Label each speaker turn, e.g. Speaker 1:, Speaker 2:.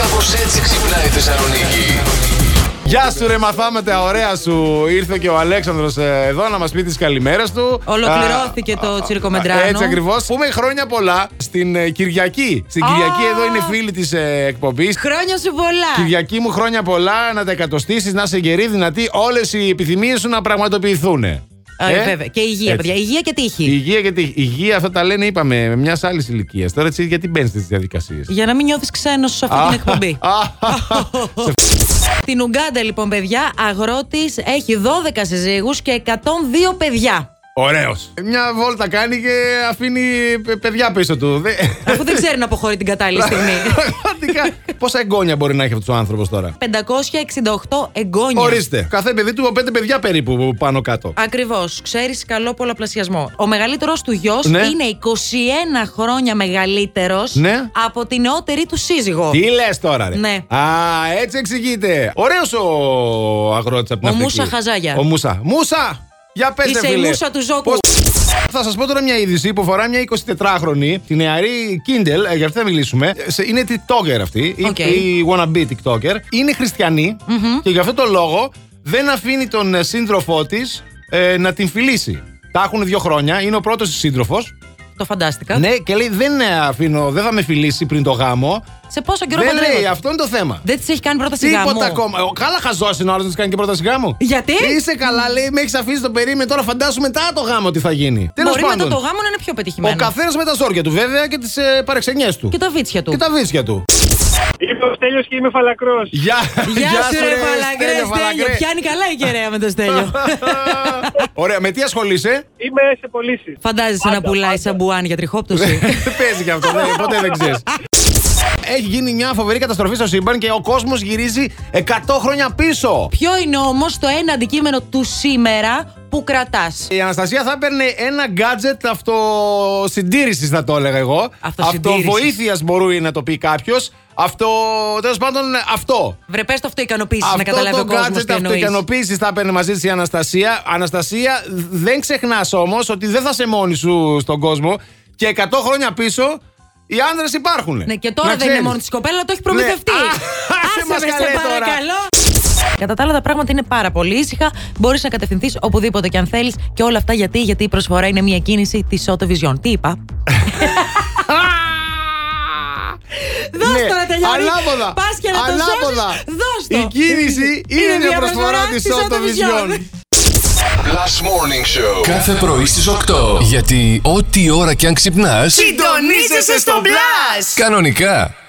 Speaker 1: Κάπως έτσι ξυπνάει η Θεσσαλονίκη.
Speaker 2: Γεια σου, ρε, μαθάμε τα ωραία σου. Ήρθε και ο Αλέξανδρος ε, εδώ να μας πει τις καλημέρες του.
Speaker 3: Ολοκληρώθηκε
Speaker 2: Α,
Speaker 3: το
Speaker 2: α,
Speaker 3: τσίρκο
Speaker 2: α,
Speaker 3: Μεντράνο.
Speaker 2: Έτσι ακριβώς. Πούμε χρόνια πολλά στην ε, Κυριακή. Στην
Speaker 3: Α.
Speaker 2: Κυριακή εδώ είναι φίλη της εκπομπής.
Speaker 3: Χρόνια σου πολλά.
Speaker 2: Κυριακή μου χρόνια πολλά, να τα εκατοστήσεις, να είσαι γερή, δυνατή, όλες οι επιθυμίες σου να πραγματοποιηθούν. Ε,
Speaker 3: Ε, βέβαια. Και υγεία,
Speaker 2: έτσι.
Speaker 3: παιδιά. Υγεία και τύχη.
Speaker 2: Υγεία, γιατί υγεία αυτά τα λένε, είπαμε, μιας άλλης ηλικίας. Τώρα έτσι, γιατί μπαίνεις στις διαδικασίες.
Speaker 3: Για να μην νιώθεις ξένος σε αυτή την εκπομπή. Στην Ουγγάντα, λοιπόν, παιδιά, αγρότης έχει 12 συζύγους και 102 παιδιά.
Speaker 2: Ωραίος. Μια βόλτα κάνει και αφήνει παι- παιδιά πίσω του. Δε-
Speaker 3: Αφού δεν ξέρει να αποχωρεί την κατάλληλη στιγμή.
Speaker 2: Πραγματικά. Πόσα εγγόνια μπορεί να έχει αυτός ο άνθρωπος τώρα.
Speaker 3: 568 εγγόνια.
Speaker 2: Ορίστε. Κάθε παιδί του πέντε παιδιά περίπου πάνω κάτω.
Speaker 3: Ακριβώς. Ξέρεις καλό πολλαπλασιασμό. Ο μεγαλύτερος του γιος
Speaker 2: Ναι.
Speaker 3: είναι 21 χρόνια μεγαλύτερος
Speaker 2: Ναι.
Speaker 3: από την νεότερη του σύζυγο.
Speaker 2: Τι λες τώρα, ρε.
Speaker 3: Ναι.
Speaker 2: Α, έτσι εξηγείται. Ωραίος ο αγρότης από την
Speaker 3: Ο
Speaker 2: Αφρική.
Speaker 3: Μούσα Χαζάγια.
Speaker 2: Ο Μούσα. Μούσα! Για πες,
Speaker 3: Είσαι η μούσα του Ζόκου.
Speaker 2: Θα σας πω τώρα μια είδηση που αφορά μια 24χρονη, τη νεαρή Kindle, ε, για αυτή θα μιλήσουμε. Ε, σε- Είναι TikToker αυτή, η-
Speaker 3: Οκ.
Speaker 2: η wannabe TikToker. Είναι χριστιανή και γι' αυτό το λόγο δεν αφήνει τον ε, σύντροφό της να την φιλήσει. Τα έχουν δύο χρόνια, είναι ο πρώτος σύντροφος.
Speaker 3: Το φαντάστηκα.
Speaker 2: Ναι, και λέει: Δεν ε, αφήνω, δεν θα με φιλήσει πριν το γάμο.
Speaker 3: Σε πόσο καιρό
Speaker 2: Δεν λέει,
Speaker 3: παντρεύονται.
Speaker 2: αυτό είναι το θέμα.
Speaker 3: Δεν της έχει κάνει πρόταση γάμου.
Speaker 2: Τίποτα ακόμα. Ο- Καλά χαζός είναι ο άλλος να της κάνει και πρόταση γάμου.
Speaker 3: Γιατί?
Speaker 2: Είσαι καλά, λέει, με έχεις αφήσει το περίμενο. Τώρα φαντάσου μετά το γάμο τι θα γίνει. Τέλο
Speaker 3: Μπορεί
Speaker 2: πάντων.
Speaker 3: μετά το γάμο να είναι πιο πετυχημένο.
Speaker 2: ο καθένας με τα ζόρια του, βέβαια, και τις ε, παρεξενιές του.
Speaker 3: Και τα βίτσια του.
Speaker 2: Και τα βίτσια του.
Speaker 4: Είμαι ο Στέλιος και είμαι φαλακρός.
Speaker 2: Γεια,
Speaker 3: Γεια σου, ρε
Speaker 2: Στέλιο,
Speaker 3: Φαλαγκρέ, Στέλιο.
Speaker 2: Φαλαγκρέ.
Speaker 3: Πιάνει καλά η κεραία με το Στέλιο.
Speaker 2: Ωραία, με τι ασχολείσαι.
Speaker 4: Είμαι σε πωλήσεις.
Speaker 3: Φαντάζεσαι να πουλάει σαμπουάν για τριχόπτωση.
Speaker 2: Παίζει και αυτό, δεν- ποτέ δεν ξέρεις. Έχει γίνει μια φοβερή καταστροφή στο σύμπαν και ο κόσμος γυρίζει 100 χρόνια πίσω.
Speaker 3: Ποιο είναι όμως το ένα αντικείμενο του σήμερα που κρατάς.
Speaker 2: Η Αναστασία θα έπαιρνε ένα gadget αυτοσυντήρησης, θα το έλεγα εγώ.
Speaker 3: Αυτοσυντήρησης.
Speaker 2: Αυτοβοήθειας μπορεί να το πει κάποιος. Αυτό. τέλος πάντων, αυτό.
Speaker 3: Βρε, πες το αυτό ικανοποίησης να
Speaker 2: αυτό
Speaker 3: καταλάβει ο
Speaker 2: το
Speaker 3: κόσμος
Speaker 2: gadget
Speaker 3: τι εννοεί.
Speaker 2: αυτοικανοποίηση θα έπαιρνε μαζί της η Αναστασία. Αναστασία, δεν ξεχνάς όμως ότι δεν θα σε μόνη σου στον κόσμο και 100 χρόνια πίσω οι άντρε υπάρχουν.
Speaker 3: Ναι, και τώρα δεν είναι μόνο τη κοπέλα, αλλά το έχει προμηθευτεί.
Speaker 2: Ναι. Α, άσε
Speaker 3: Άσε με,
Speaker 2: μας καλέ
Speaker 3: σε
Speaker 2: τώρα.
Speaker 3: παρακαλώ. Κατά τα άλλα, τα πράγματα είναι πάρα πολύ ήσυχα. Μπορείς να κατευθυνθείς οπουδήποτε και αν θέλεις. Και όλα αυτά γιατί, γιατί η προσφορά είναι μια κίνηση της Soto Vision. Τι είπα. Δώσ' το να τελειώνει.
Speaker 2: Ναι, Ανάποδα.
Speaker 3: Πας και να το
Speaker 2: Ανάποδα.
Speaker 3: σώσεις. Δώσ' το.
Speaker 2: Η κίνηση είναι μια προσφορά της Auto Vision.
Speaker 1: Last Morning Show.
Speaker 5: Κάθε πρωί στις 8. Γιατί ό,τι ώρα κι αν ξυπνάς,
Speaker 6: Συντονίζεσαι στο μπλα!
Speaker 5: κανονικά.